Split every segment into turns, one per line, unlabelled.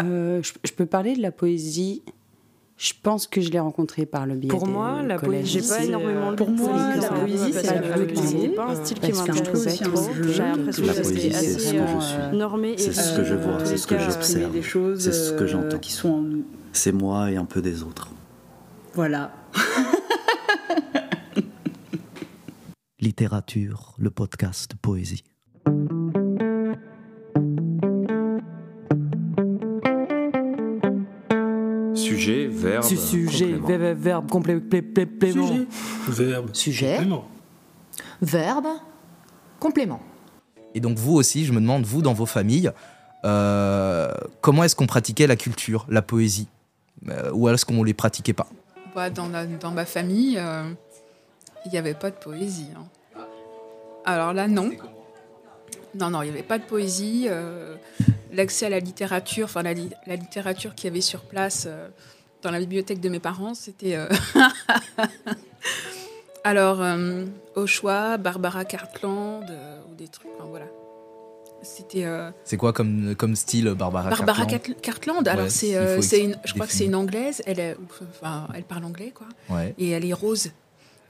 Euh, je, je peux parler de la poésie. Je pense que je l'ai rencontrée par le biais
Pour
des
moi, la
collèges.
poésie,
J'ai pas
c'est,
énormément
euh,
lu
Pour
de
moi,
poésie,
la
c'est
poésie,
pas-
c'est
parce
le
que
jeu.
C'est pas un style qui
Parce qu'un jeu,
m'intéresse
c'est un
trop.
jeu.
J'ai l'impression
La
que
poésie,
c'était
c'est
assez
ce que je
euh,
suis.
normé et
C'est ce que je
euh,
vois,
dans tous
c'est
les
ce que
cas,
Exprimer
j'observe.
des choses
C'est ce que
euh,
j'entends.
qui sont en nous.
C'est moi et un peu des autres.
Voilà.
Littérature, le podcast de poésie.
Sujet, verbe,
Su- Sujet,
complément.
verbe, verbe, complé- plé- plé- plément.
Sujet, verbe,
Sujet,
complément.
verbe, complément.
Et donc vous aussi, je me demande, vous, dans vos familles, euh, comment est-ce qu'on pratiquait la culture, la poésie Euh, Ou est-ce qu'on ne les pratiquait pas
Bah, dans, la- dans ma famille, euh, il n'y avait pas de poésie. hein. Alors là, non. Non, non, il n'y avait pas de poésie. euh, L'accès à la littérature, enfin la, li- la littérature qu'il y avait sur place euh, dans la bibliothèque de mes parents, c'était... euh, Alors, euh, au choix, Barbara Cartland, euh, ou des trucs, enfin, voilà. C'était... euh,
C'est quoi comme, comme style, Barbara
Barbara
Ah, Cartland
Cat- Cartland, alors
Ouais,
c'est,
il
euh,
faut
c'est une, je
définir.
crois que c'est une anglaise, elle, est- enfin, elle parle anglais, quoi
Ouais.
et elle est rose.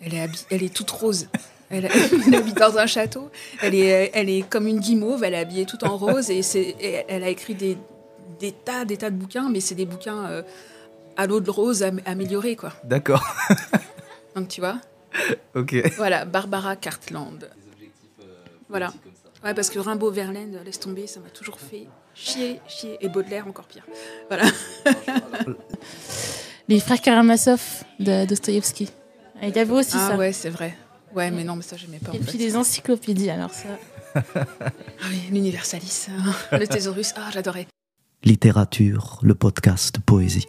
Elle est, habi- elle est toute rose. Elle, elle habite dans un château. Elle est, elle est comme une guimauve. Elle est habillée tout en rose et, c'est- et elle a écrit des, des tas, des tas de bouquins, mais c'est des bouquins euh, à l'eau de rose am- améliorés, quoi.
D'accord,
Donc tu vois,
ok.
voilà, Barbara Cartland. Voilà. Ouais, parce que Rimbaud, Verlaine, euh, laisse tomber, ça m'a toujours fait chier, chier, et Baudelaire encore pire. Voilà.
Les frères Karamazov de Dostoïevski. Il y avait aussi
Ah
ça.
ouais, c'est vrai. Ouais, mais non, mais ça j'aimais pas. en
Et puis
fait.
les encyclopédies, alors ça.
Ah oui, l'universalis, le thésaurus, ah j'adorais.
Littérature, le podcast de poésie.